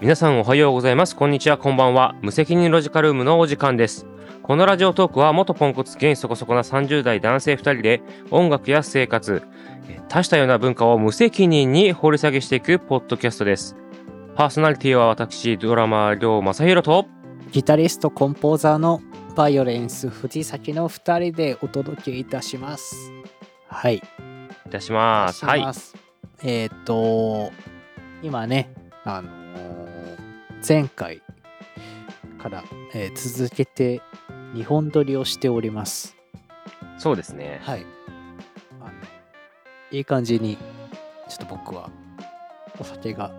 皆さんおはようございますこんにちはこんばんは無責任ロジカルームのお時間ですこのラジオトークは元ポンコツ現そこそこな30代男性2人で音楽や生活えー多種多様な文化を無責任に掘り下げしていくポッドキャストですパーソナリティは私ドラマー亮正宏とギタリストコンポーザーのバイオレンス藤崎の2人でお届けいたしますはいいたしますはいすえっ、と今ねあのー前回から、えー続けて2本撮りをしておりますそうですねはいあのいい感じにちょっと僕はお酒が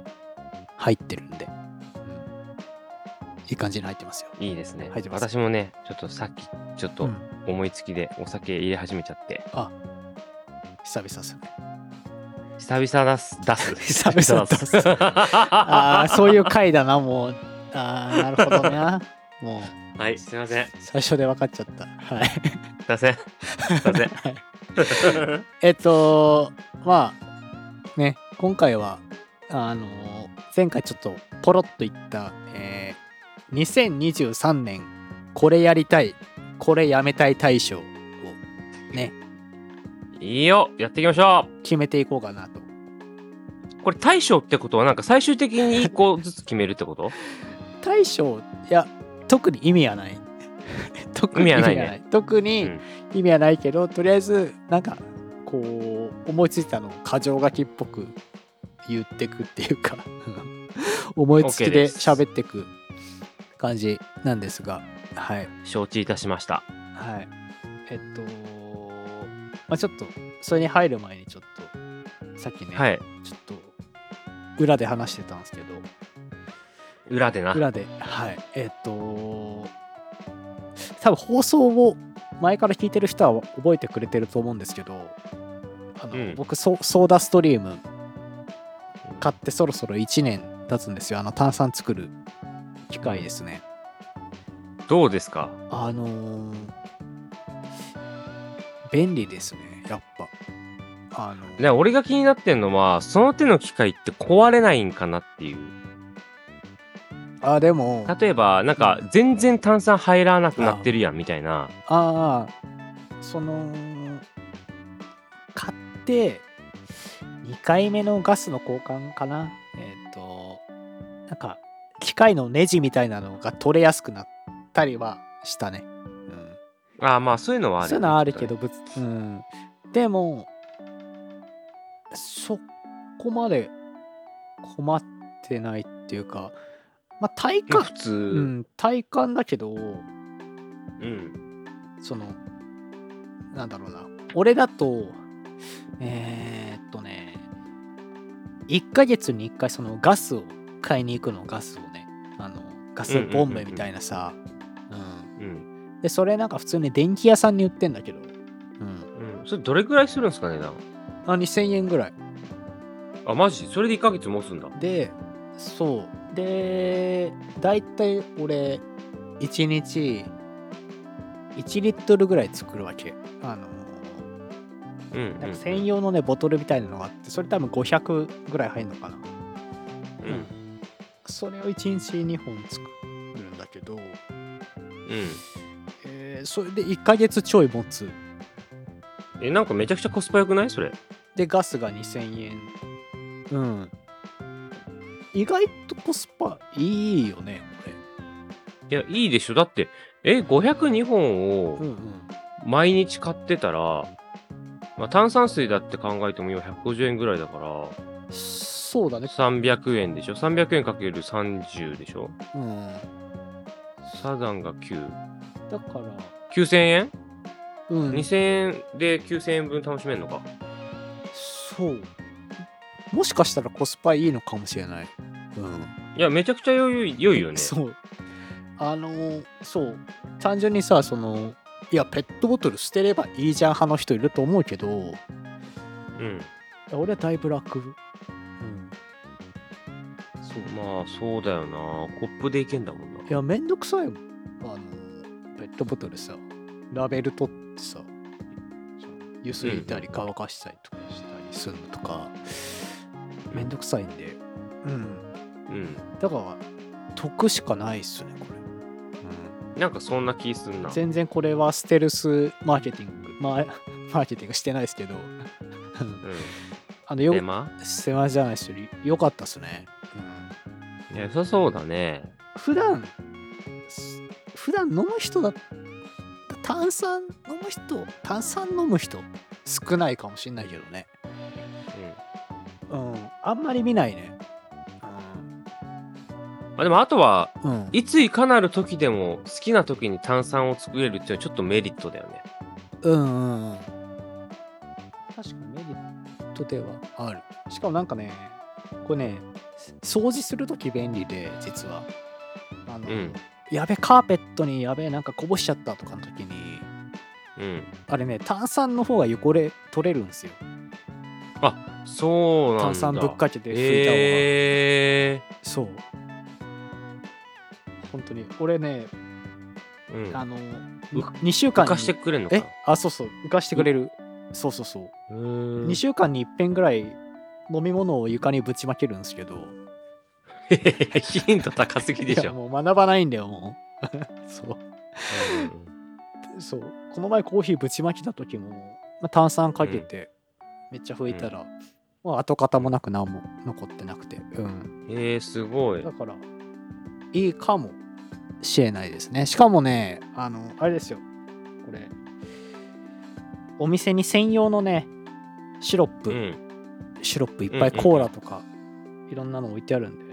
入ってるんで、うんいい感じに入ってますよいいですね入ってます私もねちょっとさっきちょっうとん思いつきでお酒入れ始めちゃって久々ですね久々だす出す 久々出す ああそういう回だなもうああなるほど なもうはい、すいません。す最初で分かっちゃったはいいません。すいません。えっとまあね今回はあの前回ちょっとポロっと言った、えー2023年これやりたいこれやめたい大賞をねいいよ、やっていきましょ決めていこうかなとう。これ大賞ってことはなんか最終的に一個ずつ決めるってこと大賞いや特に意味はない特意味にはないね特うにん意味はないけど、とりあえずなんかこう思いついたのを過剰書きっぽく言ってくっていうか 思いつき OK でです喋ってく感じなんですがはい承知いたしました。はいえっとまあちょっとそれに入る前にちょっとさっきね、はい。ちょっと裏で話してたんですけど裏でな。裏ではいえっと多分放送を前から聞いてる人は覚えてくれてると思うんですけどあの、うん僕ソソーダストリーム買ってそろそろ1年経つんですよあの炭酸作る機械ですねどうですかあのー便利ですねやっぱあのね、俺が気になってんのは、その手の機械って壊れないんかなっていう。あでもあ例えば、なんか全然炭酸入らなくなってるやんみたいな。あその買って2回目のガスの交換かなえっ、となんか機械のネジみたいなのが取れやすくなったりはしたね、うん、ああ、まあそういうのはあるそうよいね、うのはあるけど、きっぶつうん、でもそこまで困ってないっていうかまあ体とね。感普通。うん体感だけどうん。そのなんだろうな俺だとえーっとね1ヶ月に1回そのガスを買いに行くのガスをねあのガスボンベみたいなさううん。んでそれなんか普通に電気屋さんに売ってんだけど、うん、うん。それどれぐらいするんですかねなあ2000円ぐらいあ、マジそれで1ヶ月持つんだ。でそうで大体俺1日1リットルぐらい作るわけあのうんうん、なんか専用のねボトルみたいなのがあってそれ多分500ぐらい入るのかなうん。それを1日2本作るんだけうど、ん。えーそれで1ヶ月ちょい持つえ、なんかめちゃくちゃコスパ良くないそれ。でガスが2000円うん意外とコスパいいよねこいや、いいでしょ。だって、え、502本れうをんうん毎日買ってたら、まあ、炭酸水だって考えても今150円ぐらいだから、そうだね300円でしょ ?300 円かける30でしょうんサザンが9。だから9000円、うん ?2000 円で9000円分楽しめるのか。そうもしかしたらコスパいいのかもしれないうんいや、めちゃくちゃ良い良いよね。そうあのーそう単純にさそのいやペットボトル捨てればいいじゃん派の人いると思うけどうん。俺はだいぶ楽うんそうまあ、そうだよな。コップでいけんだもんな。いやめんどくさいもんあのーペットボトルさラベル取ってさそのゆすいたり乾かしたりとかしたりするのとか、めんどくさいんでうんうん。だから得しかないっすねこれ、なんかそんな気すんな。全然これはステルスマーケティングまあ マーケティングしてないですけどうん。あのよデマ狭間じゃないですよよかったっすね、良さそうだね。普段す普段飲む人だ炭酸飲む人炭酸飲む人少ないかもしんないけどねうん。うんあんまり見ないねあでもあとは、うん、うん、いついかなる時でも好きな時に炭酸を作れるっていうのはちょっとメリットだよね。うんうんうん確かにメリットではあるしかもなんかねこれね掃除するとき便利で実はあの、うん。やべカーペットにやべなんかこぼしちゃったとかの時にうん。あれね炭酸の方が汚れ取れるんですよそうなんだ。炭酸ぶっかけて拭いた方が、えそう本当に俺ね、ーうん、あのう2週間浮にかしてくれんのかえあそうそう浮かしてくれるそうそうそううーん2週間に1遍ぐらい飲み物を床にぶちまけるんですけど ヒント高すぎでいしやょ。もう学ばないんだよもう そうそうこの前コーヒーぶちまけた時も、まあ、炭酸かけて、めっちゃ拭いたら、まあ、跡形もなく何も残ってなくてうんうんえー、すごいだ。からいいかもしれないですねしかもねあのあれですよこれお店に専用のねシロップ、うん。シロップいっぱいうんうんうんコーラとかいろんなの置いてあるんで、うう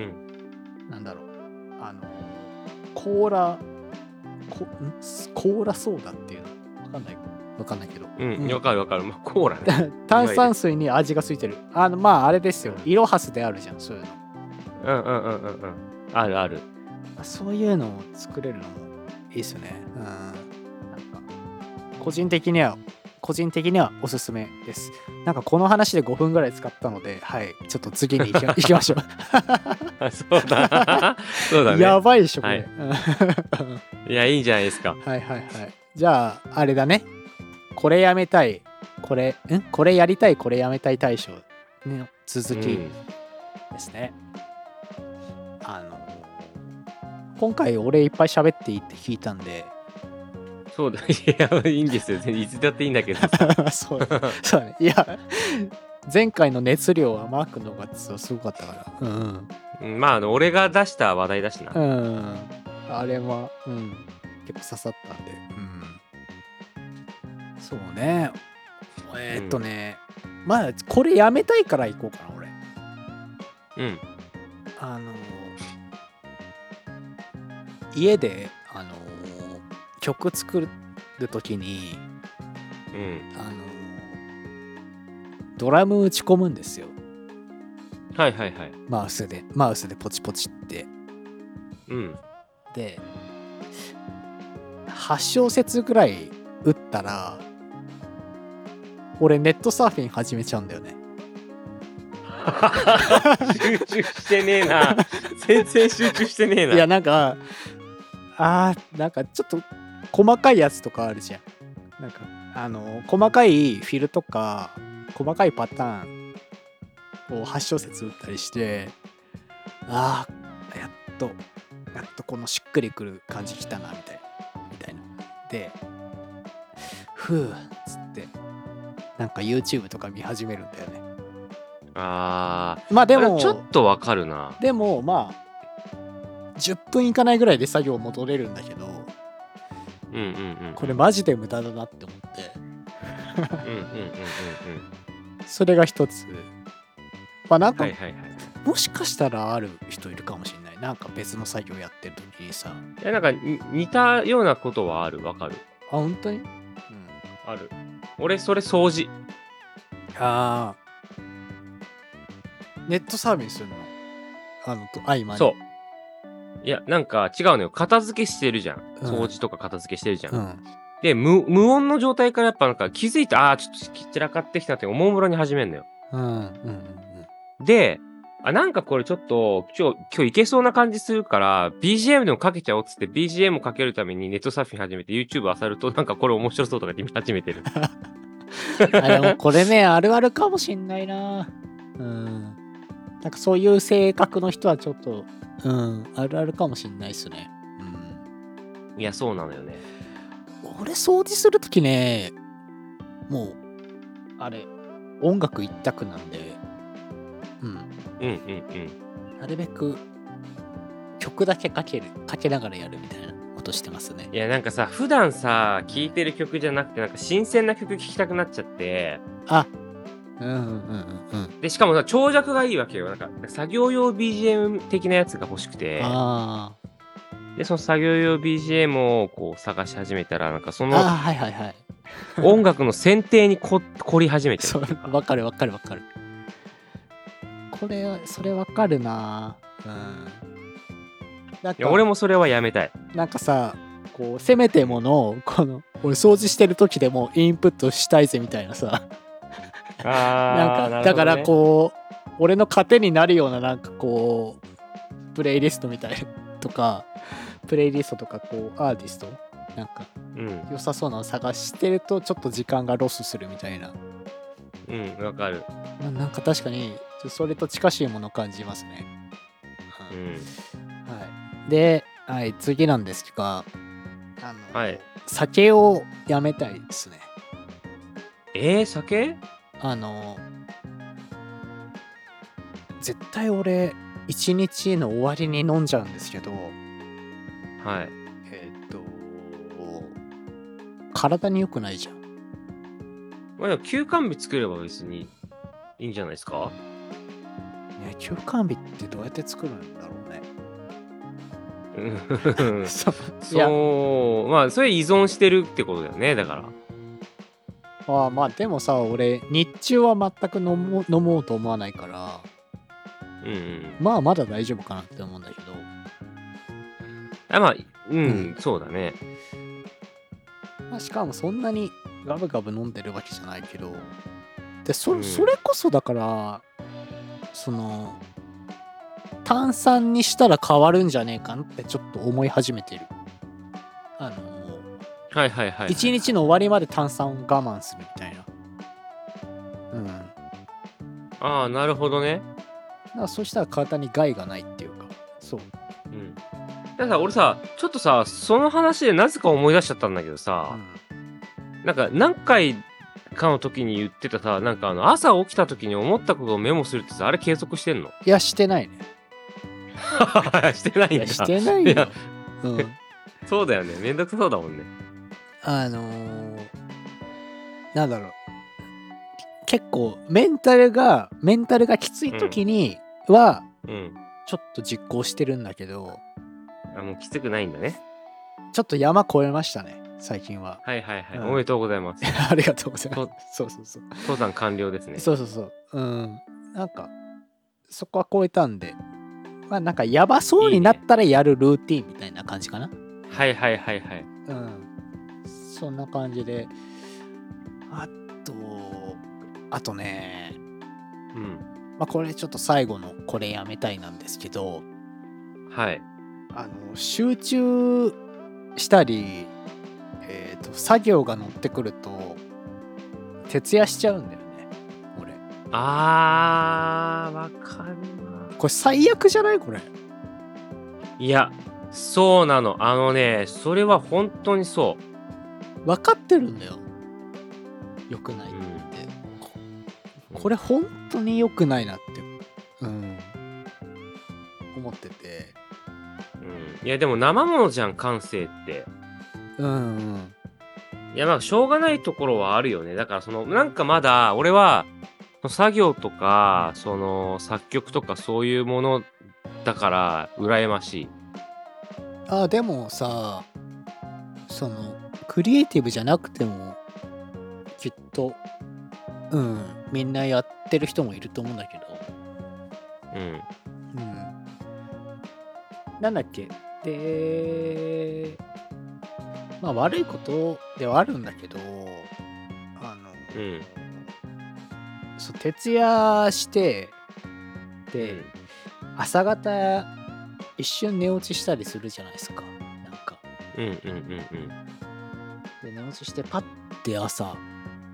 ん。ん、なんだろうあのコーラこんコーラソーダっていうのわかんないわかんないけど、うん。うんわ、かるわかる。まあ、コーラ ね。炭酸水に味がついてるあのまああれですよイロハスであるじゃんそういうのうんうんうんうんうん。あるあ る。あそういうのを作れるのもいいっすよねうんなんか個人的には個人的にはおすすめですなんかこの話で5分ぐらい使ったのではいちょっと次に行 き行きましょうあそう だ。そうだね。やばいでしょこれ、はいうんはいや、いいんじゃないですか。いはいはいじゃああれだねこれやめたいこれんこれやりたいこれやめたい大賞の続きうんですね、あの今回俺いっぱい喋っていいって聞いたん でそうだ。いや、いいんですよ。いつだっていいんだけど。そうそうだねいや前回の熱量はマークの方がすごかったからうんうんうんまあ、あの、俺が出した話題だしな。うん、あれは、うん、結構刺さったんで、うん、そうねえーっとね、まあこれやめたいから行こうかな俺うん。あの家であの曲作る時にうん。あのドラム打ち込むんですよはいはいはい。マウスでマウスでポチポチってうん。で8小節ぐらい打ったら俺ネットサーフィン始めちゃうんだよね集中してねえ な。全然集中してねえな。いやなんかあーなんかちょっと細かいやつとかあるじゃんなんかあの細かいフィルとか細かいパターンを8小節打ったりしてあーやっとやっとこのしっくりくる感じきたなみたいなみたいなでふうっつってなんか YouTube とか見始めるんだよねあまあーでもあれちょっとわかるな。でもまあ10分いかないぐらいで作業戻れるんだけどうんうんうん。これマジで無駄だなって思ってうんうんうんうんうん。それが一つまあなんか、はいはいはい。もしかしたらある人いるかもしれないなんか別の作業やってる時にさいやなんかに似たようなことはあるわかるあ本当に、うん、ある俺それ掃除ああネットサービスするのあのと合間にそういやなんか違うのよ片付けしてるじゃんうん掃除とか片付けしてるじゃん、うんで無無音の状態からやっぱなんか気づいてああちょっと散らかってきたっておもむろに始めるのようんうんうんであなんかこれちょっと今日今日いけそうな感じするから BGM でもかけちゃおうっつって BGM をかけるためにネットサーフィン始めて YouTube あさるとなんかこれ面白そうとかって見始めてる うんあでもこれねあるあるかもしんないなうんなんかそういう性格の人はちょっと、うん、あるあるかもしんないですね。いや、そうなのよね。うん、俺、掃除するときね、もう、あれ、音楽一択なんで、うん、うんうんなるべく曲だけかける、かけながらやるみたいなことしてますねうん。い。や、なんかさ、普段さ、聴いてる曲じゃなくて、なんか新鮮な曲聴きたくなっちゃって、あ、うんうんうんうん。で、しかもさ、長尺がいいわけよ。なんか、作業用 BGM 的なやつが欲しくて、あーで、その作業用 BGM をこう探し始めたら、なんかそあー、のはいはいはい。音楽の選定にこ凝り始めてそる。うわかるわかるわかるこれそれわかるなうんなんいや、俺かもそれはやめたい。なんかさこうせめてものをこの俺掃除してる時でもインプットしたいぜみたいなさなあんかだからこう俺の糧になるようななんかこうプレイリストみたいなとかプレイリストとかこうアーティストなんかう。うん、良さそうなのを探してるとちょっと時間がロスするみたいなうん、わかる。ななんか確かにちょそれと近しいものを感じますね。うん。はい、で、はい、次なんですがあの、はい酒をやめたいですね。えー、酒あの絶対俺一日の終わりに飲んじゃうんですけどはい。えーっと体に良くないじゃん。まあ、でも休館日作れば別にいいんじゃないですかね、休館日ってどうやって作るんだろうね。うんそういやそう、まあ、それ依存してるってことだよね、だから。ああまあでもさ俺日中は全く飲もう飲もうと思わないからうん、うん。まあまだ大丈夫かなって思うんだけどあまあ、うん、うそうだね。まあ、しかもそんなにガブガブ飲んでるわけじゃないけどでうそんそれこそだから、その炭酸にしたら変わるんじゃねえかなってちょっと思い始めてるあのはいはいはい。一、日の終わりまで炭酸を我慢するみたいなうんだかああ、なるほどね。らそしたら体に害がないっていうかそううん。だから俺さ、ちょっとさ、その話でなぜか思い出しちゃったんだけどうさ、んなんか何回かの時に言ってたさ、なんかあの朝起きた時に思ったことをメモするってさ、あれ継続してんのいやしてないね してないいんだ。やしてないよいやうんそうだよね。めんどくそうだもんね。あのーなんだろう結構メンタルがメンタルがきつい時にはうん。ちょっと実行してるんだけど、あもうきつくないんだね。ちょっと山越えましたね最近は はいはいはい。うんおめでとうございます。ありがとうございまとすそうそうそう、登山完了 ですね。そうそうそううんなんかそこは超えたんでまあなんかやばそうになったらやるルーティンみたいな感じかなはいはいはいはい。うんそんな感じであとあとねうん。まあ、これちょっと最後のこれやめたいなんですけどはい。あの集中したり、えー、と作業が乗ってくると徹夜しちゃうんだよね俺あー、わかるわ。これ最悪じゃないこれいや、そうなの。あのね、それは本当にそ分かってるんだよ良くなう。いっうて、ん。これ本当に良くないなってうん思っててうん、いや、でも生ものじゃん、感性って。うんうんいや、まあ、しょうがないところはあるよね。だから、その、なんかまだ、俺は、その作業とか、その、作曲とか、そういうものだから、羨ましい。あでもさそのクリエイティブじゃなくてもきっとうんみんなやってる人もいると思うんだけど、うん。うん、なんだっけでまあ悪いことではあるんだけどあの、うんそう徹夜してで、うん朝方一瞬寝落ちしたりするじゃないですかなんか。うんうんうんで寝落ちしてパッて朝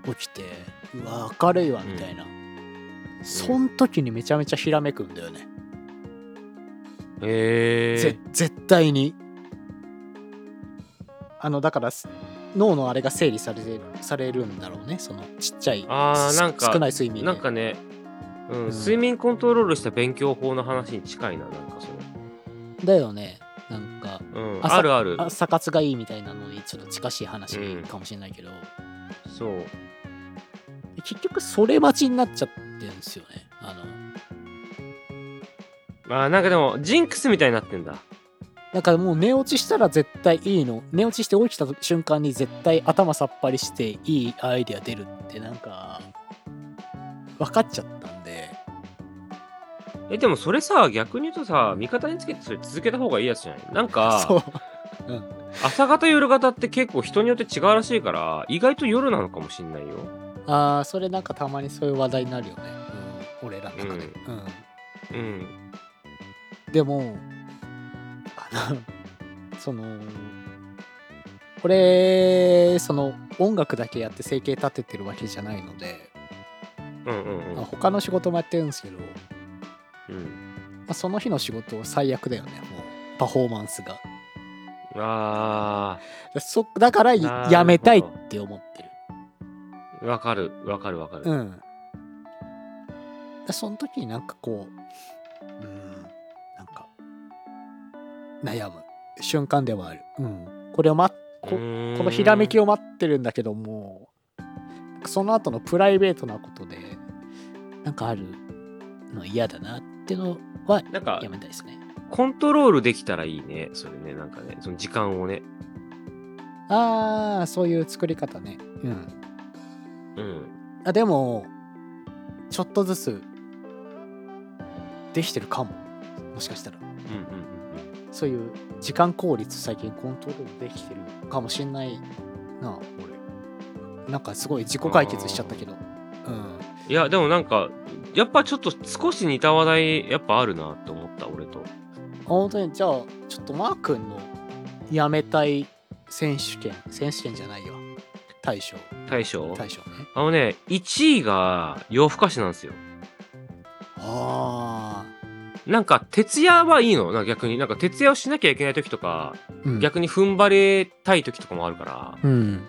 起きてうわ明るいわみたいな、そん時にめちゃめちゃひらめくんだよね、へぜえ。絶対にあのだからす脳のあれが整理されてされるんだろうねそのちっちゃいあーすなんか少ない睡眠でなんかね、うんうん睡眠コントロールした勉強法の話に近いな、なんかそだよねなんかれ。うん、朝あるある。あ査活がいいみたいなのにちょっと近しい話かもしれないけど、そう。結局それ待ちになっちゃってるんですよねあのあーなんかでも、ジンクスみたいになってんだ。だからもう寝落ちしたら絶対いいの寝落ちして起きた瞬間に絶対頭さっぱりしていいアイデア出るってなんか分かっちゃったんでえ、でもそれさ、逆に言うとさ、味方につけてそれ続けた方がいいやつじゃないなんそか、う朝方夜方って結構人によって違うらしいから、意外と夜なのかもしんないよ。あーそれなんかたまにそういう話題になるよね、うん、俺らの中で、うんうん。でもあの そのこれその音楽だけやって生計立ててるわけじゃないので、うんうんうまあん。他の仕事もやってるんですけど、まうん、あ、その日の仕事は最悪だよねもうパフォーマンスがあだそだからいなるほどやめたいって思ってるー、わかる、わかるわかる。うんだその時になんかこううんなんか悩む瞬間ではある、うん、これを待っここのひらめきを。を待ってるんだけどもその後のプライベートなことでなんかあるの嫌だなってのはなんかや、めたいですねコントロールできたらいいね。それね、なんかね、その時間をね。ああそういう作り方ねうんうん。あでもちょっとずつできてるかももしかしたらうんうんうんそういう時間効率最近コントロールできてるかもしんないな俺なんかすごい自己解決しちゃったけどうんうん。いや、でもなんか、やっぱちょっと少し似た話題、やっぱあるなって思った、俺と。あ本当にじゃあちょっとマー君のやめたい選手権選手権じゃないよ大賞大将。大賞ねあのね、1位が夜更かしなんですよ。あなんか、徹夜はいいのなんか逆に。なんか、徹夜をしなきゃいけない時とか、あ、うん、逆に踏ん張りたい時とかもあるから、うん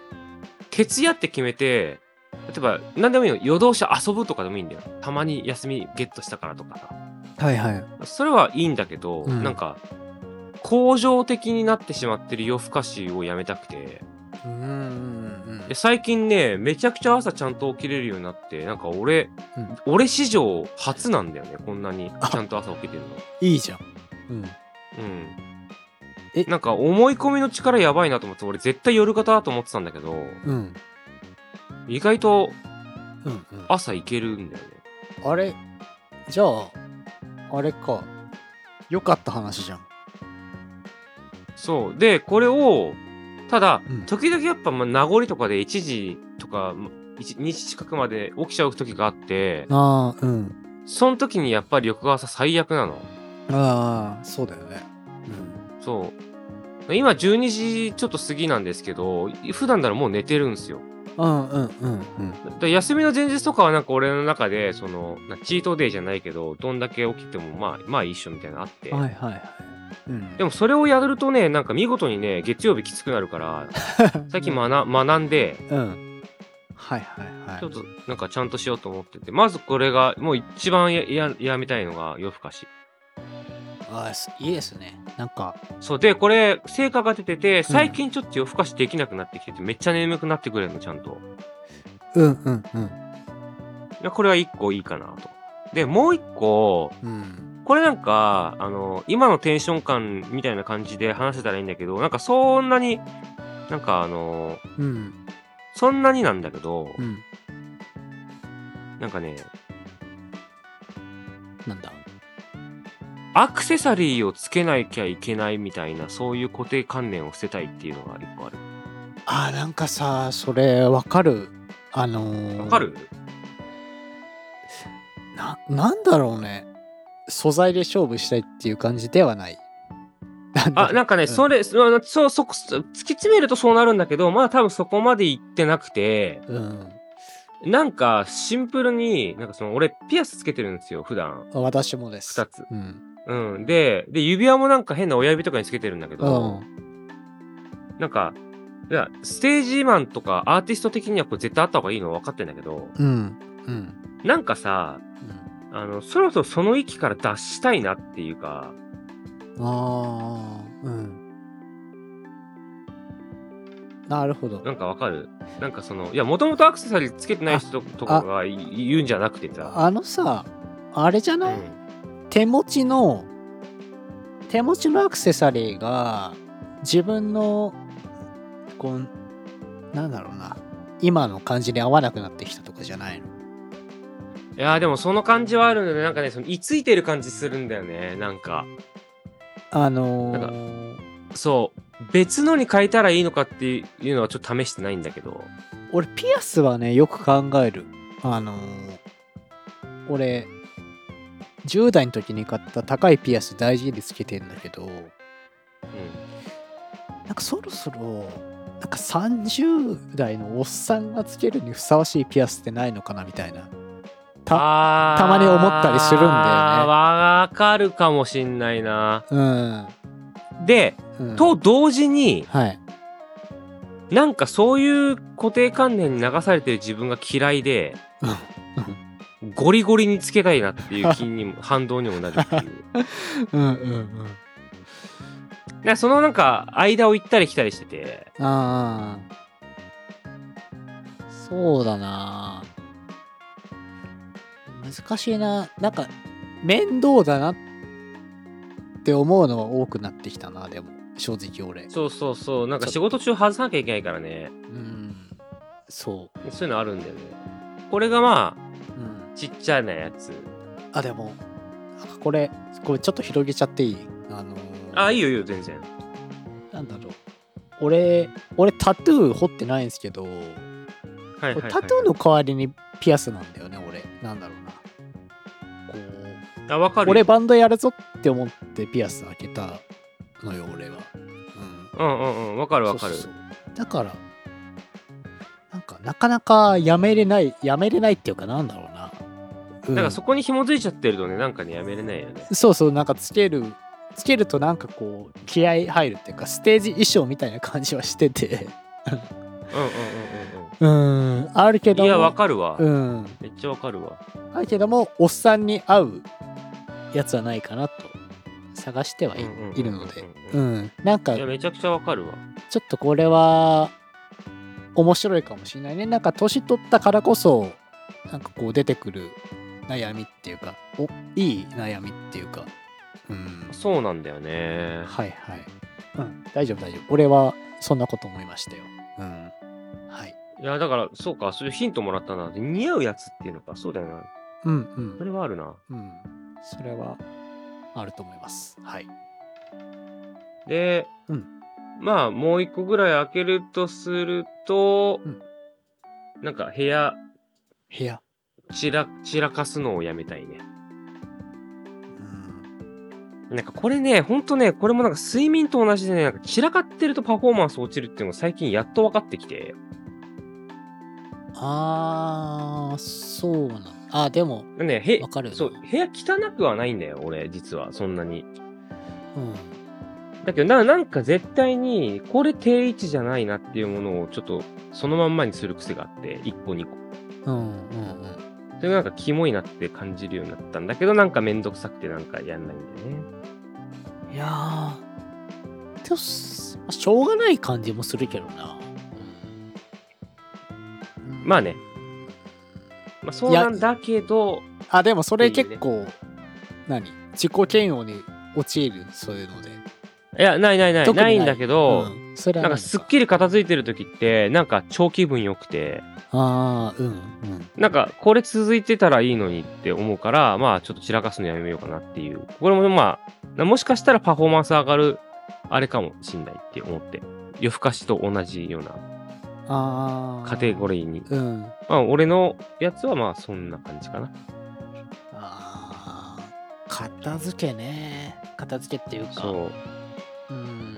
徹夜って決めて、例えば、何でもいいの。夜通し遊ぶとかでもいいんだよ。たまに休みゲットしたからとかさ。はいはいそれはいいんだけど、うんなんか、恒常的になってしまってる夜更かしをやめたくて、うんうんで最近ね、めちゃくちゃ朝ちゃんと起きれるようになって、なんか俺、うん俺史上初なんだよね、こんなにちゃんと朝起きてるの。いいじゃん、うん、うん。えなんか思い込みの力やばいなと思って、俺絶対夜型だと思ってたんだけど、うん意外とうんうんあ朝いけるんだよね。あれじゃああれかよかった話じゃんそう。で、これを、ただうん、時々やっぱまあ名残とかで1時とか、ま1 2時近くまで起きちゃう時があって、ああうんその時にやっぱり翌朝最悪なの。ああそうだよねそう。今12時ちょっと過ぎなんですけど、普段ならもう寝てるんですよ。うんうんうんうんうんだから休みの前日とかはなんか俺の中で、その、なチートデイじゃないけど、どんだけ起きてもまあ、まあ一緒みたいなのあって。はいはいはい、うん、でもそれをやるとね、なんか見事にね、月曜日きつくなる から、最近学学んで、うんはいはいはいちょっとなんかちゃんとしようと思ってて、まずこれが、もう一番やややめたいのが夜更かし。ああすいいですねなんかそう、で、これ、成果が出てて、最近ちょっと夜更かしできなくなってきてて、めっちゃ眠くなってくれるの、ちゃんと。うんうんうんいやこれは一個いいかなと。で、もう一個、うんこれなんか、あの、今のテンション感みたいな感じで話せたらいいんだけど、なんかそんなに、なんかあの、うんそんなになんだけど、うんなんかね、なんだアクセサリーをつけなきゃいけないみたいな、そういう固定観念を捨てたいっていうのが一個ある。あーなんかさそれわかるあのーわかるななんだろうね素材で勝負したいっていう感じではないなんだあ、ろうなんかね、うんそれ、そ、そ、そ、突き詰めるとそうなるんだけど、まだ多分そこまで行ってなくて、うんなんかシンプルに、なんかその俺ピアスつけてるんですよ、普段。私もです。二つ。うん。うん。で、で、指輪もなんか変な親指とかにつけてるんだけうど、ん。なんか、いや、ステージマンとかアーティスト的にはこれ絶対あった方がいいの分かってんだけど、うん。うん。なんかさ、あの、そろそろその域から脱したいなっていうか、うん、ああ。うん。なるほど。なんかわかるなんかその、いや、もともとアクセサリーつけてない人とかがい言うんじゃなくてさ、あのさ、あれじゃうない、ん、手持ちの、手持ちのアクセサリーが、自分の、こう、なんだろうな、今の感じに合わなくなってきたとかじゃないのいやーでもその感じはあるんだよねなんかねその居ついてる感じするんだよねなんかあのなんー、そう別のに変えたらいいのかっていうのはちょっと試してないんだけど俺ピアスはねよく考えるあのー俺10代の時に買った高いピアス大事につけてんだけどうなんかそろそろなんか30代のおっさんがつけるにふさわしいピアスってないのかなみたいなたあーたまに思ったりするんだよねわかるかもしんないなうん、で、うん、と同時にはいなんかそういう固定観念に流されてる自分が嫌いで うんゴリゴリにつけたいなっていう気にも反動にもなるって いううんうんうんなそのなんか間を行ったり来たりしててああ。そうだな。難しいな。なんか、面倒だなって思うのは多くなってきたな、でも、正直俺。そうそうそうなんか仕事中外さなきゃいけないからねうん。そそういうのあるんだよね。これがまあ、う。うん。ちっちゃなやつ。あ、でも、なんかこれ、これちょっと広げちゃっていいあのーあ、いいよいいよ、全然。なんだろう。俺、俺タトゥー彫ってないんですけど、はいはい、はい。タトゥーの代わりにピアスなんだよね、俺。なんだろうな。こう、あ、わかるよ。俺バンドやるぞって思ってピアス開けたのよ俺は、ううん、んうんうん、わかるわかる。そうそうそうだからなんかなかなかやめれないやめれないっていうかなんだろうな、うん、だからそこに紐づいちゃってるとね、なんかね、やめれないよね。そうそうなんかつけるつけるとなんかこう気合入るっていうかステージ衣装みたいな感じはしててうんうんうんうんうんあるけうどん。いもや、わかるわ。うんめっちゃわかるわ。あるけどもおっさんに合うやつはないかなと探してはい,、うんうんうんうんいるのでうんなんかいや、めちゃくちゃわかるわ。ちょっとこれは面白いかもしれないね。なんか年取ったからこそ、なんかこう出てくる悩みっていうか、おいい悩みっていうか、うん。そうなんだよね。はいはい。うん、大丈夫大丈夫。俺はそんなこと思いましたよ。うん。はい。いや、だから、そうか、そういうヒントもらったな。で似合うやつっていうのか。そうだよな。うんそれはあるな。うん。うん。それはあると思います。はい。で、うんまあもう一個ぐらい開けるとすると、うんなんか部屋部屋。散ら散らかすのをやめたいね。うん。なんかこれね、ほんとね、これもなんか睡眠と同じでね、なんか散らかってるとパフォーマンス落ちるっていうのが最近やっと分かってきて。あー、そうなん。あー、でも、ね、へわかるよなそう、部屋汚くはないんだよ、俺、実は、そんなに。うん。だけどな、なんか絶対に、これ定位置じゃないなっていうものを、ちょっと、そのまんまにする癖があって、1個2個。うんうんうん。それがなんかキモいなって感じるようになったんだけど、なんかめんどくさくてなんかやんないんだよね。いやーでもすまあしょうがない感じもするけどな。うんまあね。まあそうなんいだけど、あ、でもそれっていうね結構、何自己嫌悪に陥る、そういうので。いや、ないないない、特にないんだけど、うんそれなはんいかすっきり片付いてる時って、なんか超気分良くて、ああ、うん、うん。なんかこれ続いてたらいいのにって思うから、まあちょっと散らかすのやめようかなっていう。これもまあ、もしかしたらパフォーマンス上がる、あれかもしんないって思って。夜更かしと同じようなああ。カテゴリーに。うん。まあ俺のやつはまあそんな感じかな。ああ。片付けね。片付けっていうか。そう。うん。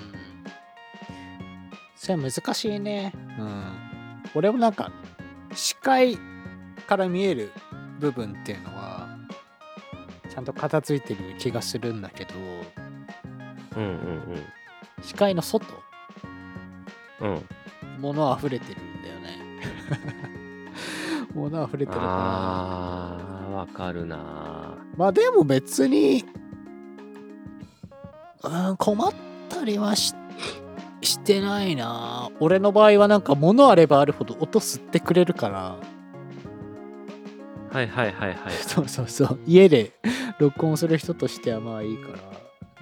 それは難しいね。うん。俺もなんか、視界から見える部分っていうのはちゃんと片付いてる気がするんだけどうんうん視界の外うんうん物溢れてるんだよね 物溢れてるからあーわかるなまあでも別にうん困ったりはししてないな俺の場合はなんか物あればあるほど音吸ってくれるからはいはいはいはい そうそうそう家で録音する人としてはまあいいか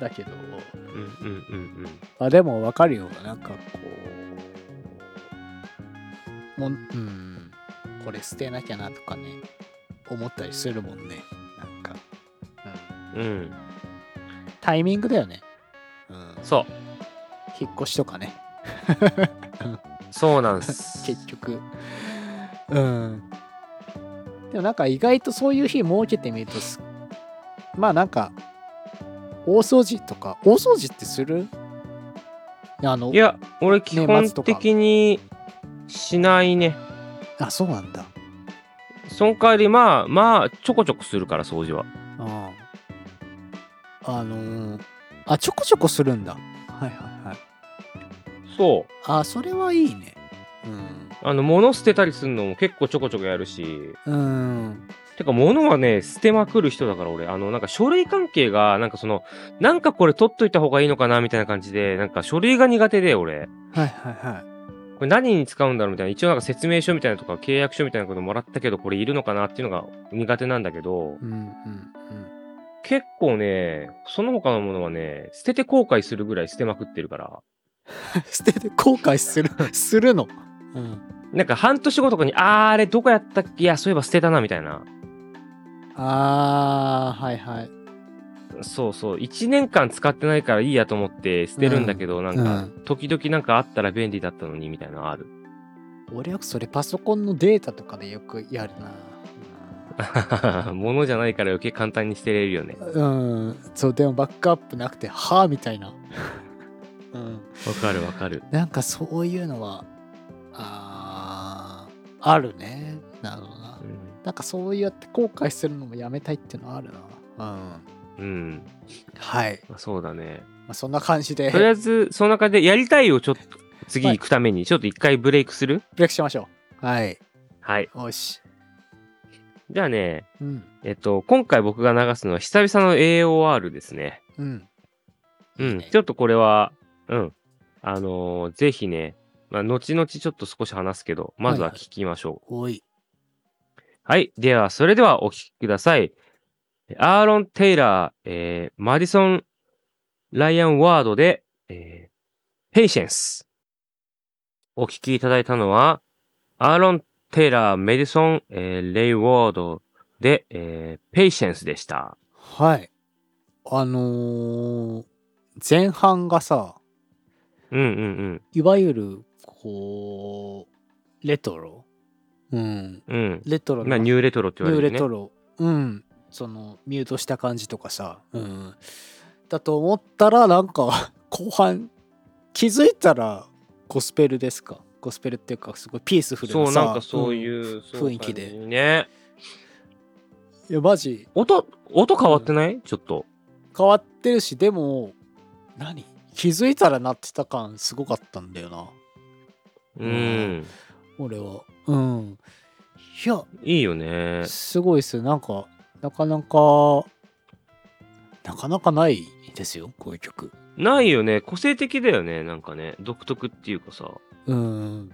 らだけどうんうんうんあでもわかるよなんかこうもんうんこれ捨てなきゃなとかね思ったりするもんねなんか、うん、うんうんタイミングだよね、うん、そう引っ越しとかねそうなんす 結局うんでもなんか意外とそういう日設けてみるとすまあなんか大掃除とか大掃除ってするあのいや俺基年本末とか的にしないねあそうなんだその代わりまあまあちょこちょこするから掃除はあああのーあちょこちょこするんだはいはいはいそうあそれはいいねうんあの物捨てたりするのも結構ちょこちょこやるしうんてか物はね捨てまくる人だから俺あのなんか書類関係がなんかそのなんかこれ取っといた方がいいのかなみたいな感じでなんか書類が苦手で俺はいはいはいこれ何に使うんだろうみたいな一応なんか説明書みたいなのとか契約書みたいなこともらったけどこれいるのかなっていうのが苦手なんだけどうんうんうん 結構ねその他のものはね捨てて後悔するぐらい捨てまくってるから捨てて後悔す るするのうんなんか半年後とかにあーあれどこやったっけいやそういえば捨てたなみたいなああはいはいそうそう1年間使ってないからいいやと思って捨てるんだけど、なんか、う時々なんかあったら便利だったのにみたいなのある 俺よくそれパソコンのデータとかでよくやる物じゃないから余計簡単に捨てれるよねなうんそうでもバックアップなくてはあみたい な、うん、わかるわかるなんかそういうのはあーあるねなるほどなうん、なんかそうやって後悔するのもやめたいっていうのはあるなううんんはい、まあそうだねまあ、そんな感じでとりあえずそんな感じでやりたいをちょっと次行くためにちょっと一回ブレイクするブレイクしましょうはいはいよしじゃあねうんえっと今回僕が流すのは久々の AOR ですねうんういいんねちょっとこれはうんあのーぜひね、まあ、後々ちょっと少し話すけどまずは聞きましょう、おいはい。では、それではお聞きください。アーロン・テイラー、えーマディソン・ライアン・ワードで、えー、ペイシェンス。お聞きいただいたのは、アーロン・テイラー、メディソン、えーレイ・ワードで、えー、ペイシェンスでした。はいあのー前半がさ、うんうんいわゆる、こう、レトロ。うん。うん。レトうロん。まあ、ニューレトロって言われニてる、ューね。レトロ。うん。その、ミュートした感じとかさ。うん。だと思ったら、なんか、 後半、気づいたら、ゴスペルですか。ゴスペルっていうか、すごいピースフルなそさう、なんかそういうん。う、雰囲気そうでいう感じね。いや、マジ、音、音変わってない、ちょっと。変わってるし、でも、何気づいたらなってた感、すごかったんだよな。ううんん。俺は。うん。いや、いいよね。すごいっすよなんかなかなかなかなかないですよこういう曲ないよね個性的だよねなんかね独特っていうかさうん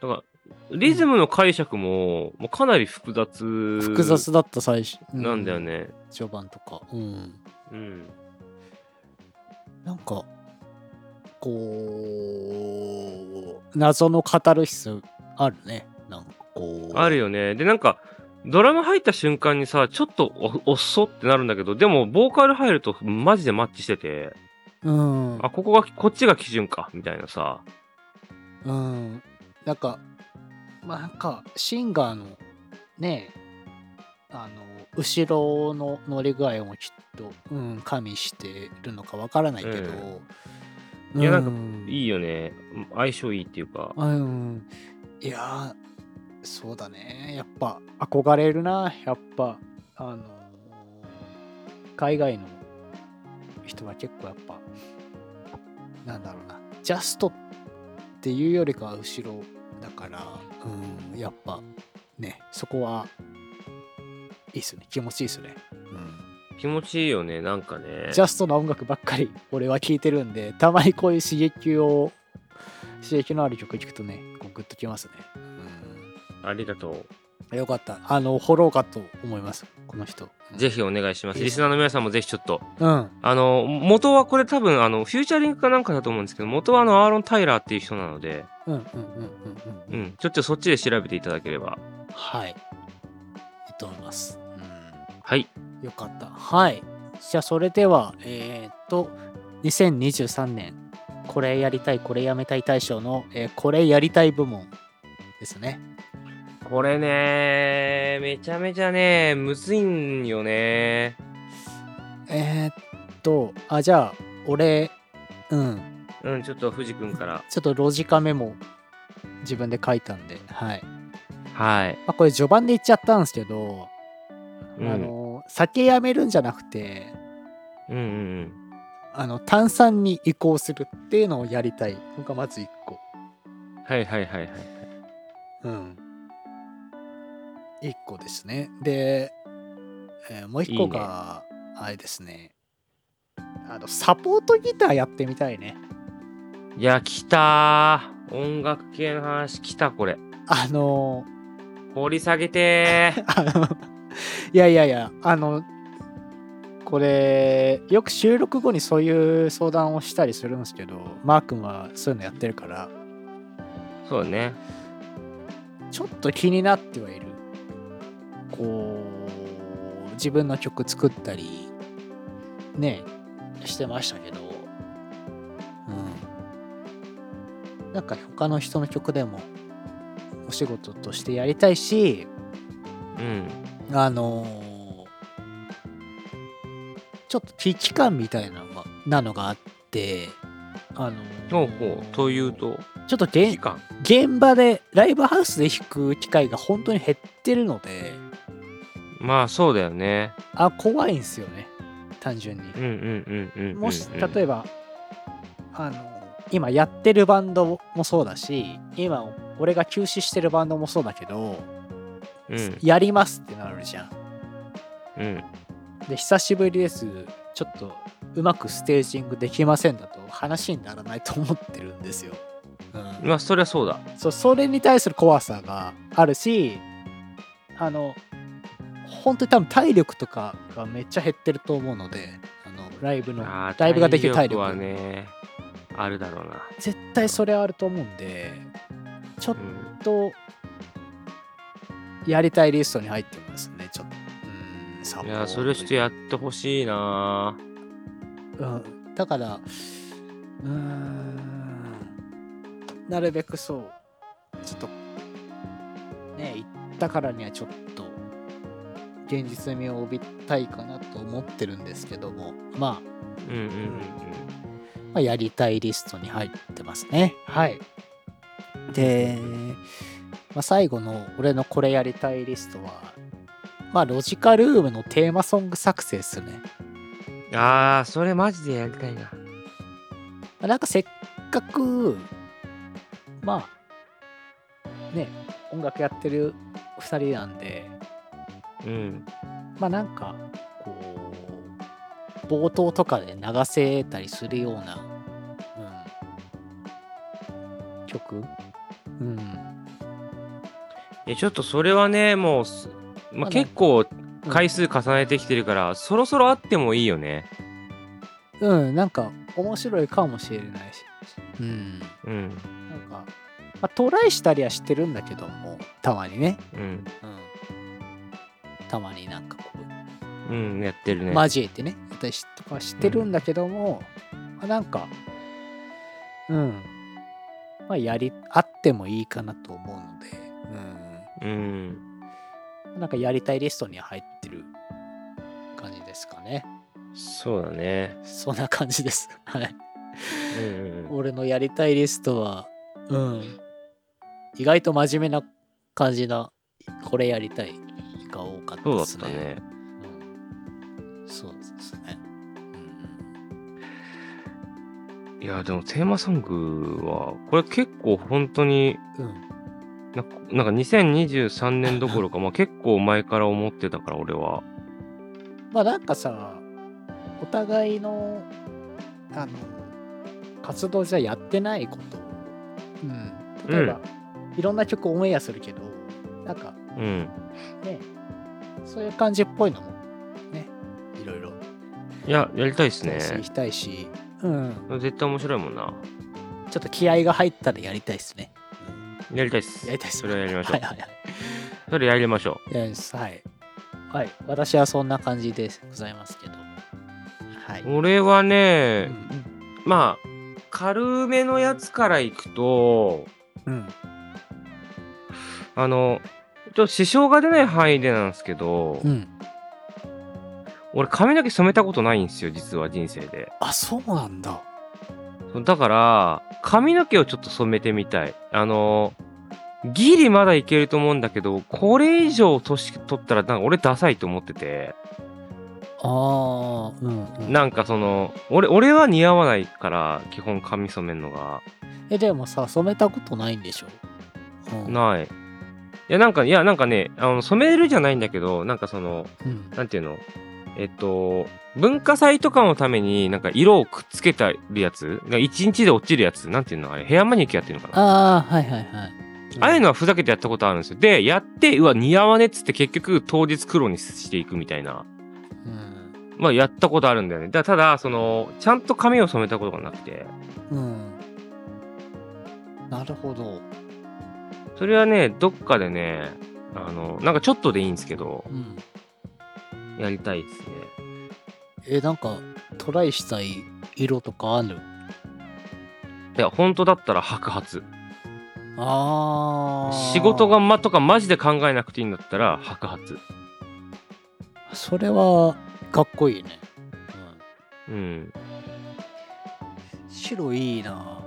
だからリズムの解釈も,、もうかなり複雑複雑だった最初、うなんだよね序盤とかうんうんなんかこう謎のカタルシスあるねなんかこうあるよねでなんかドラム入った瞬間にさちょっとおおっそってなるんだけどでもボーカル入るとマジでマッチしててうんあここがこっちが基準かみたいなさうんなんかまあなんかシンガーのねあの後ろの乗り具合もきっと、うん、加味してるのかわからないけど、うんいやなんかんいいよね相性いいっていうかうんいやーそうだねやっぱ憧れるなやっぱあの海外の人は結構やっぱなんだろうなジャストっていうよりかは後ろだからうんやっぱねそこはいいっすね気持ちいいっすね、気持ちいいよね、なんかね。ジャストな音楽ばっかり俺は聴いてるんでたまにこういう刺激を刺激のある曲聴くとねこうグッときますねありがとう。よかった。あの、掘ろうかと思います。この人。ぜひお願いします。いいリスナーの皆さんもぜひちょっと。うん。あの、元はこれ多分、あの、フューチャリングかなんかだと思うんですけど、元はあの、アーロン・タイラーっていう人なので、うんうんうんうんう。うんん、ちょっとそっちで調べていただければ。はい。いいと思います。はい。うん。よかった。はい。じゃあ、それでは、えーっと、2023年、これやりたい、これやめたい大賞の、えーこれやりたい部門ですね。これね、めちゃめちゃね、むずいんよね。えーっと、あ、じゃあ、俺、うん。うん、ちょっと藤君から。ちょっとロジカメも自分で書いたんで、はい。はい。まあ、これ序盤で言っちゃったんですけど、うん、あの酒やめるんじゃなくてうんうんあの炭酸に移行するっていうのをやりたいのがまず1個うん。はいはいはいはい。うん1個ですねで、えーもう1個があれですねあのサポートギターやってみたいねいや、来たー。音楽系の話来た、これ。あの掘り下げ てー。あの いやいやいやあのこれよく収録後にそういう相談をしたりするんですけどマー君はそういうのやってるからそうだね。ちょっと気になってはいるこう自分の曲作ったりねしてましたけどうんなんか他の人の曲でもお仕事としてやりたいしうん。あのーちょっと危機感みたいなのがなのがあってあのーほうほう。というと、ちょっとげん時間。現場でライブハウスで弾く機会が本当に減ってるのでまあ、そうだよね。あ怖いんすよね単純にう、んうんうんうんうんうん。もし例えばあの今やってるバンドもそうだし今俺が休止してるバンドもそうだけど、うんやりますってなるじゃうんんで久しぶりですちょっとうまくステージングできませんだと話にならないと思ってるんですよ、うん、まあそりゃそうだそうそれに対する怖さがあるしあの本当に多分体力とかがめっちゃ減ってると思うのであのライブのあーライブができる体力はねあるだろうな絶対それあると思うんでちょっうんとやりたいリストに入ってますねちょっとうんサポーいトやそれをちょっとやってほしいなうん、だからうーんなるべくそうちょっとね行ったからにはちょっと現実味を帯びたいかなと思ってるんですけども、まあ、うんうんまあやりたいリストに入ってますねはいで、まあ、最後の俺のこれやりたいリストはまあロジカルームのテーマソング作成ですねうんうんああそれマジでやりたいなまあなんかせっかく、まあ、ね、音楽やってる2人なんで、うんまあなんか、こう、冒頭とかで流せたりするような、うん、曲うん。いやちょっとそれはねもうす、ままああ、結構うん回数重ねてきてるから、そろそろあってもいいよねうん、なんか面白いかもしれないし。うん。うんなんか、まあ、トライしたりはしてるんだけども、たまにね。うんうん。たまになんかこう、うんやってるね、交えてね私とかしてるんだけども、まあなんかうんまあやりあってもいいかなと思うので、うんうん、なんかやりたいリストには入ってる感じですかねそうだねそんな感じです はいうんうんうん俺のやりたいリストはうん意外と真面目な感じな、これやりたいが多かったそうだでっすね。たね。うん。そうですね。いや、でもテーマソングは、これ結構本当に、うん。うんなんかなんか2023年どこ ろか、まあ結構前から思ってたから、俺は。まあなんかさ、お互いの、あの、活動じゃやってないことを、うん。例えば、いろんな曲オンエアするけど、なんか、うん。ね、そういう感じっぽいのもね、いろいろいや、やりたいですね大。事にしたいし、うん、絶対面白いもんな。ちょっと気合が入ったらやりたいですね。やりたいっす。やりたいですそれはやりましょうはいはいはそれやりましょい。やりますはい。はい。私はそんな感じでございますけども。はう。い。俺はね、うんまあ、軽めのやつからいくと、うん。あの、ちょっと支障が出ない範囲でなんですけど、うん。俺髪の毛染めたことないんですよ、実は人生で。あ、そうなんだ。だから、髪の毛をちょっと染めてみたい。あの、ギリまだいけると思うんだけど、これ以上年取ったら、なんか俺ダサいと思ってて、ああ、うん、うん。なんかその、俺、俺は似合わないから、基本髪染めるのが。え、でもさ、染めたことないんでしょ。うん。ない。いや、なんか、いや、なんかね、あの染めるじゃないんだけど、なんかその、うん、なんていうのえっと、文化祭とかのために、なんか色をくっつけたるやつ、なんか一日で落ちるやつ、なんていうのあれ、ヘアマニキュアっていうのかな。ああ、はいはいはい。ああいうのはふざけてやったことあるんですよ。で、やって、うわ、似合わねっつって結局当日黒にしていくみたいな。うん。まあ、やったことあるんだよね。だただ、その、ちゃんと髪を染めたことがなくて。うん。なるほど。それはね、どっかでね、あの、なんかちょっとでいいんですけど、うん。やりたいですね。え、なんか、トライしたい色とかあるいや、本当だったら白髪。ああ。仕事が、ま、とかマジで考えなくていいんだったら白髪。それは、かっこいいね。うん。うん、白いいな。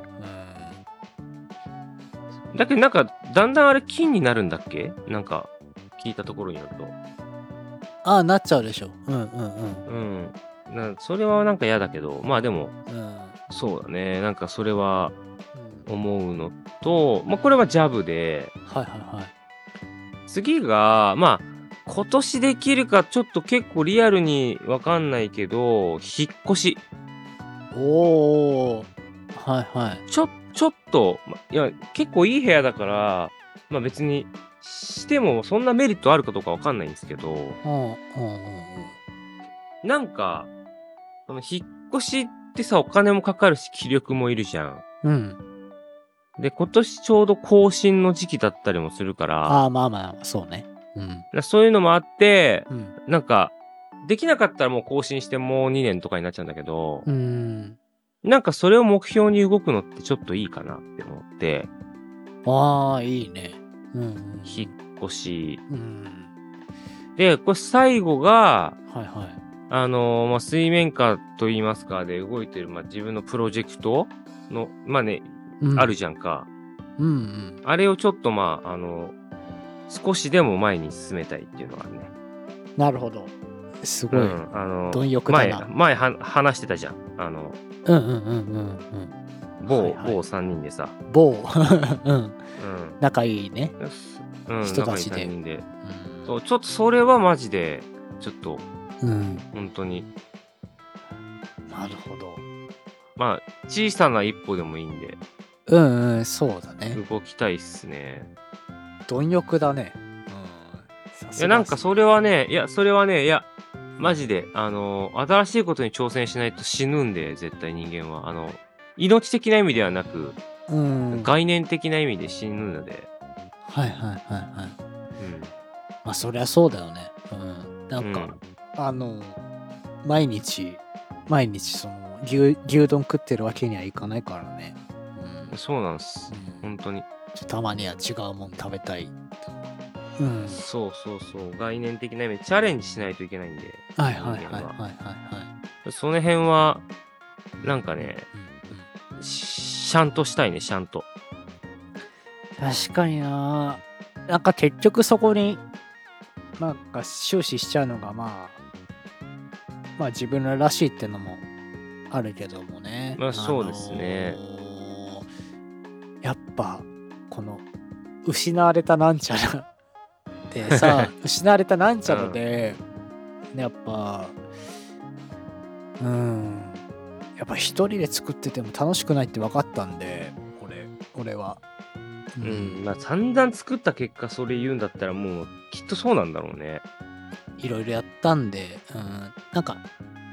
だけどなんか、だんだんあれ金になるんだっけなんか、聞いたところによると。うん。ああ、なっちゃうでしょ。うんうんうん。なそれはなんか嫌だけど、まあでも、うん。うん。そうだね。なんかそれはうん、思うのと、まあこれはジャブで、はいはいはい。次が、まあ、今年できるかちょっと結構リアルにわかんないけど、引っ越し。おお。はいはい。ちょ、ちょっと、まいや、結構いい部屋だから、まあ別に、してもそんなメリットあるかどうかわかんないんですけど、うんうんうんうん。なんか、その引っ越しってさ、お金もかかるし、気力もいるじゃん。うん。で、今年ちょうど更新の時期だったりもするから、ああ、まあまあ、そうね。うん。なそういうのもあって、うん。なんか、できなかったらもう更新してもう2年とかになっちゃうんだけど、うん。なんかそれを目標に動くのってちょっといいかなって思って、ああ、いいね。うんうん。引っ越し。うん。で、これ最後が、はいはい。あのーまあ、水面下と言いますか、で動いてる、まあ、自分のプロジェクトの、まあね、うん、あるじゃんか。うんうん。あれをちょっとまあ、あの、少しでも前に進めたいっていうのがあるね。なるほど。すうごい。ん。あの、貪欲だ前、な。前は話してたじゃん。あの、うんうんうんうん某、はいはい某3人でさ。うん。某。 うん。う仲いいね。ん。うん、人たちで仲いい三人でうんそうちょっとそれはマジで、ちょっと、うん。本当に、なるほど。まあ、小さな一歩でもいいんで、うんうん、そうだね。動きたいっすね。貪欲だね。うん。いや、なんかそれを。はね、いや、それはね、いや、マジで、あの、新しいことに挑戦しないと死ぬんで、絶対人間は。あの、命的な意味ではなく、うん。はい概念的な意味で死ぬので、はいはいはい。まあそりゃそうだよね。うん。なんか、あの、毎日、毎日その牛、牛丼食ってるわけにはいかないからね。うんうん、。そうなんですう本ん当にちょたまには違うもん食べたい。うん。そうそうそう概念的な意味でチャレンジしないといけないんではいはいはいはいはい人間はいその辺はなんかねうんうんしちゃんとしたいねちゃんと確かにななんか結局そこになんか終始しちゃうのがまあまあ自分らしいってのもあるけどもね。まあそうですねあのーやっぱこの失われたなんちゃら でさ失われたなんちゃらで、やっぱうんやっぱ一人で作ってても楽しくないって分かったんで俺俺は。ううん、まあ散々作った結果それ言うんだったらもうきっとそうなんだろうね。いろいろやったんで、うん、なんか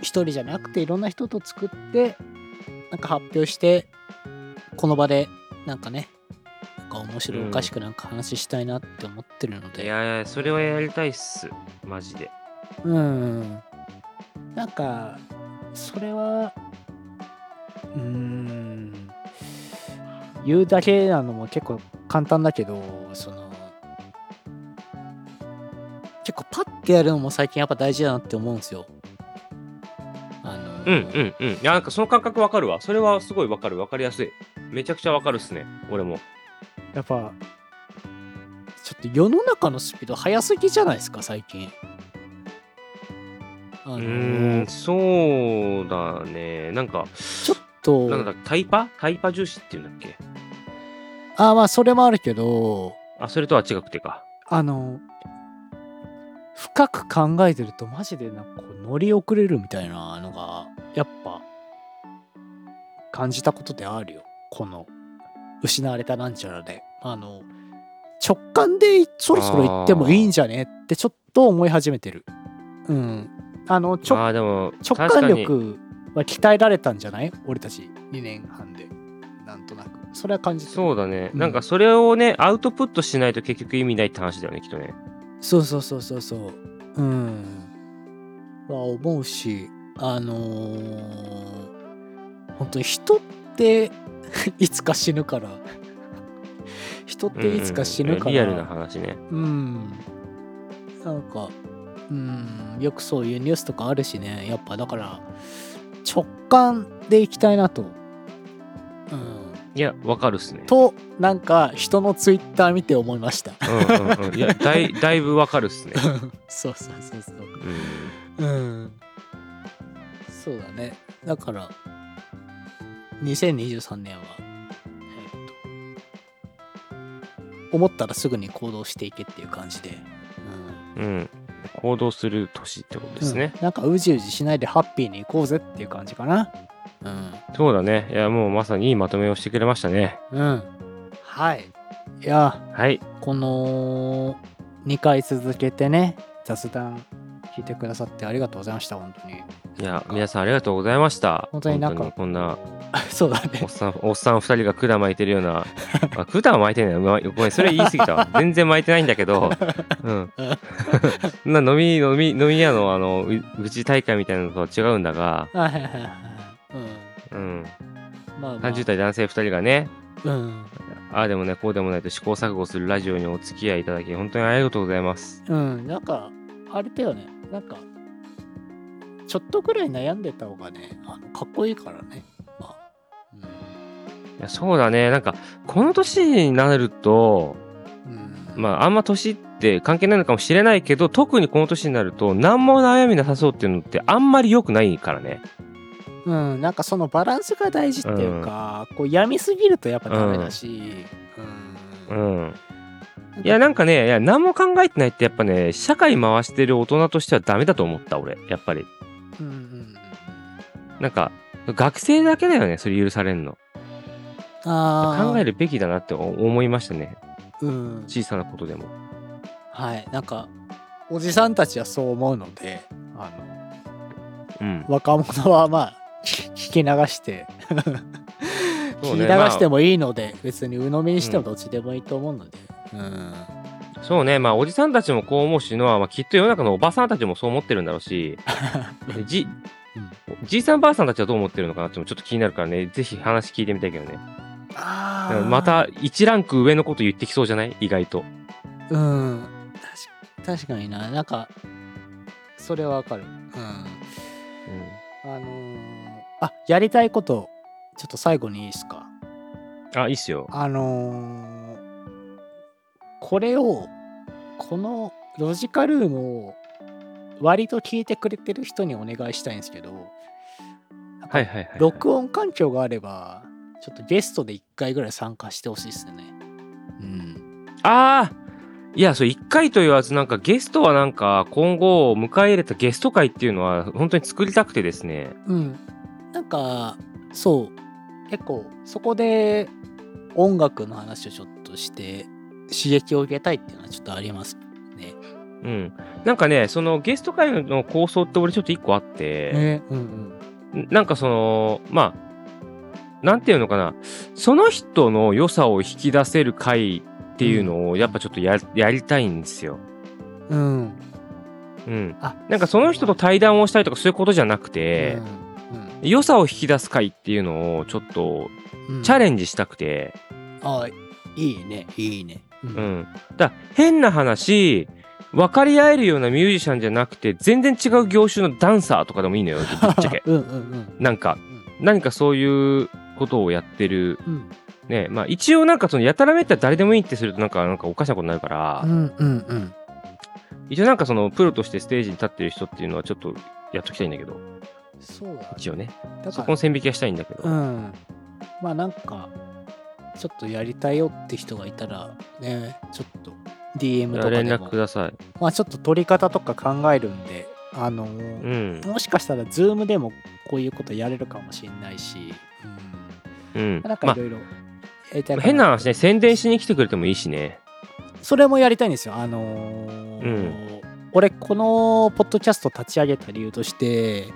一人じゃなくていろんな人と作ってなんか発表してこの場でなんかねなんか面白いうんおかしくなんか話したいなって思ってるのいで、やいや、それはやりたいっす。マジで。うん、なんかそれはうん言うだけなのも結構簡単だけどその結構パッてやるのも最近やっぱ大事だなって思うんですよ。あうんのうんうん。いや、なんかその感覚わかるわ。それはすごいわかる。わかりやすい。めちゃくちゃわかるっすね。俺も。やっぱちょっと世の中のスピード速すぎじゃないですか最近。あのうーん、そうだね。なんか、ちょっとなんだタイパタイパ重視っていうんだっけあまあそれもあるけどあ、それとは違くてか。あの深く考えてるとマジでなんかこう乗り遅れるみたいなのがやっぱ感じたことであるよこの失われたなんちゃらであの直感でそろそろ行ってもいいんじゃねってちょっと思い始めてるうんあのちょああ、でも、確直か感に力は鍛えられたんじゃない俺たち2年半でなんとなくそれは感じてるそうだね、うんなんかそれをねアウトプットしないと結局意味ないって話だよねきっとねそうそうそうそうそう。うん。は思うし、あのー、本当に人って いつか死ぬから。人っていつか死ぬうんうから。んリアルな話ねうん。なんか、うん、よくそういうニュースとかあるしね。やっぱだから、直感でいきたいなと。うん。いやわかるっすねと、なんか人のツイッター見て思いました。 うんうんうんいやだいだいぶわかるっすね、そうそうそうそう。うん、うん。そうだね。だから、2023年は、えっと、思ったらすぐに行動していけっていう感じで。ううんん、行動する年ってことですね、うんなんかうじうじしないでハッピーに行こうぜっていう感じかな。うん。そうだねいやもうまさにいいまとめをしてくれましたねうん。はい。いや、はいこの2回続けてね、雑談聞いてくださってありがとうございました、本当に。いや皆さんありがとうございました本当になんかこんなそうだねおっ。さんおっさん2人が管巻いてるよう なあ管は巻いてないごめんごめんそれ言い過ぎたわ全然巻いてないんだけど、 うん、な飲み飲み飲み屋のあのう愚痴大会みたいなのとは違うんだが、はいはいはいはい。うん。うん、まあ、まあ、 30代男性2人がねうん、ああでもねこうでもないと試行錯誤するラジオにお付き合いいただき本当にありがとうございますうん、なんかあれだよねなんかちょっとくらい悩んでた方がねあのかっこいいからねまあ、いやそうだねなんかこの年になるとうんうん、まああんま年って関係ないのかもしれないけど特にこの年になると何も悩みなさそうっていうのってあんまり良くないからねうんなんかそのバランスが大事っていうか、こうやみすぎるとやっぱダメだしうう、んんいやなんかねいや何も考えてないってやっぱね社会回してる大人としてはダメだと思った俺やっぱりうんうんうんなんか学生だけだよねそれ許されんのあー考えるべきだなって思いましたねうん小さなことでもはいなんかおじさんたちはそう思うのであのうん若者はまあ聞き聞き流してそう聞ねき流してもいいので、別に鵜呑みにしてもどっちでもいいと思うので、うんそうねまあおじさんたちもこう思うしのは、まあ、きっと世の中のおばさんたちもそう思ってるんだろうしじうんじいさんばあさんたちはどう思ってるのかなってもちょっと気になるからねぜひ話聞いてみたいけどねあだからーまた1ランク上のこと言ってきそうじゃない意外とうん確確かにななんかそれはわかるうんあのーあやりたいことちょっと最後にいいですかうんあいいっすよあのーこれをこのロジカルームを割と聞いてくれてる人にお願いしたいんですけどはいはいはい、はい。録音環境があればちょっとゲストで1回ぐらい参加してほしいですねうんああいや、そう、一回と言わず、なんかゲストはなんか、今後迎え入れたゲスト会っていうのは、本当に作りたくてですね。うんなんかそう結構そこで音楽の話をちょっとして刺激を受けたいっていうのはちょっとありますねうん。なんかね、そのゲスト会の構想って俺ちょっと一個あって、ねうんうんなんかその、まあ、なんていうのかな、その人の良さを引き出せる会っていうのを、やっぱちょっとややりたいんですよ。うんうん。あなんかその人と対談をしたりとかそういうことじゃなくて、うん良さを引き出す会っていうのをちょっとうんうんチャレンジしたくて、あいいねいいねううん、だから変な話分かり合えるようなミュージシャンじゃなくて全然違う業種のダンサーとかでもいいのよぶっちゃけ うんうんうんなんか何かそういうことをやってるうんねまあ一応なんかそのやたらめったら誰でもいいってするとなんかなんかおかしなことになるから、うんうんうん一応なんかそのプロとしてステージに立ってる人っていうのはちょっとやっときたいんだけどそうだ一応ねだそかこのら線引きはしたいんだけど、うんまあなんかちょっとやりたいよって人がいたらねちょっと DM とか連で絡もくださいまあちょっと撮り方とか考えるんであのうーんもしかしたら Zoom でもこういうことやれるかもしれないし、うんうんなんかまいろいろやりたいあか変な話ね宣伝しに来てくれてもいいしねそれもやりたいんですよ。あのー俺、このポッドキャスト立ち上げた理由として、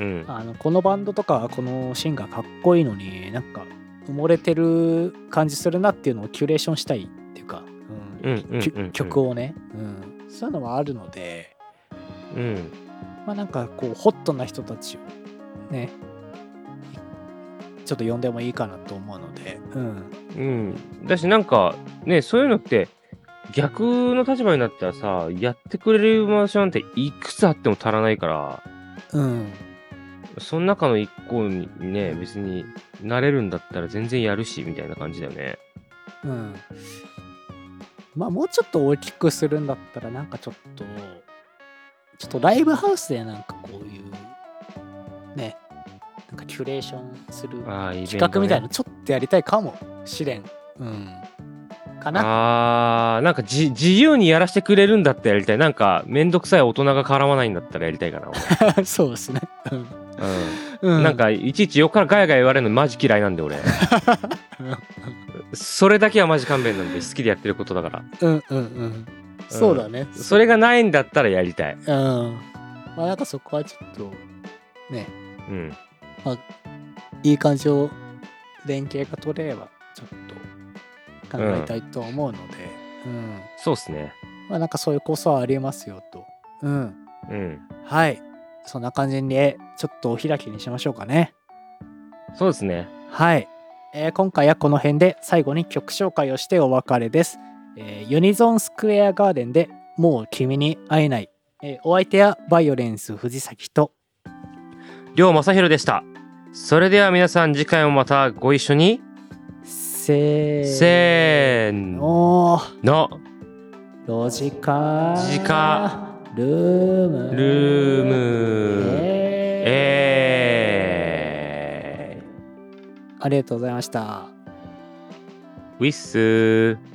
うんあのこのバンドとか、このシンガーかっこいいのに、なんか、埋もれてる感じするなっていうのをキュレーションしたいっていうか、うんうんうんうんきゅうん曲をね、うん、そういうのはあるので、うんまあなんかこう、ホットな人たちをね、ちょっと呼んでもいいかなと思うので、うん、うん、だしなんかねそういうのって逆の立場になったらさやってくれる場所なんていくつあっても足らないからうん、その中の一個にね別になれるんだったら全然やるしみたいな感じだよねうん。まあもうちょっと大きくするんだったらなんかちょっとちょっとライブハウスでなんかこういうねなんかキュレーションするああイベント、企ね、画みたいなのちょっとやりたいかもしれん。うん。かな。あーなんかじ自由にやらせてくれるんだったらやりたいなんかめんどくさい大人が絡まないんだったらやりたいかな、 そうですね。うん俺ううん、なん、かいちいち横からガヤガヤ言われるのマジ嫌いなんで俺それだけはマジ勘弁なんで好きでやってることだからうんうんうん。そうだね。それがないんだったらやりたいうん。まあなんかそこはちょっとね、うんいい感じを連携が取れればちょっと考えたいと思うので、うんそうっすね。まあ、なんかそういう構想はありますよと、うん、うん。はいそんな感じでちょっとお開きにしましょうかねそうですね。はい、えー今回はこの辺で最後に曲紹介をしてお別れです、えーユニゾンスクエアガーデンでもう君に会えない、えーお相手はバイオレンス藤崎とりょうまさひろでした。それでは皆さん次回もまたご一緒に、せーせーの、のロジカジカルームルームええーありがとうございました。ー、ウィッスー。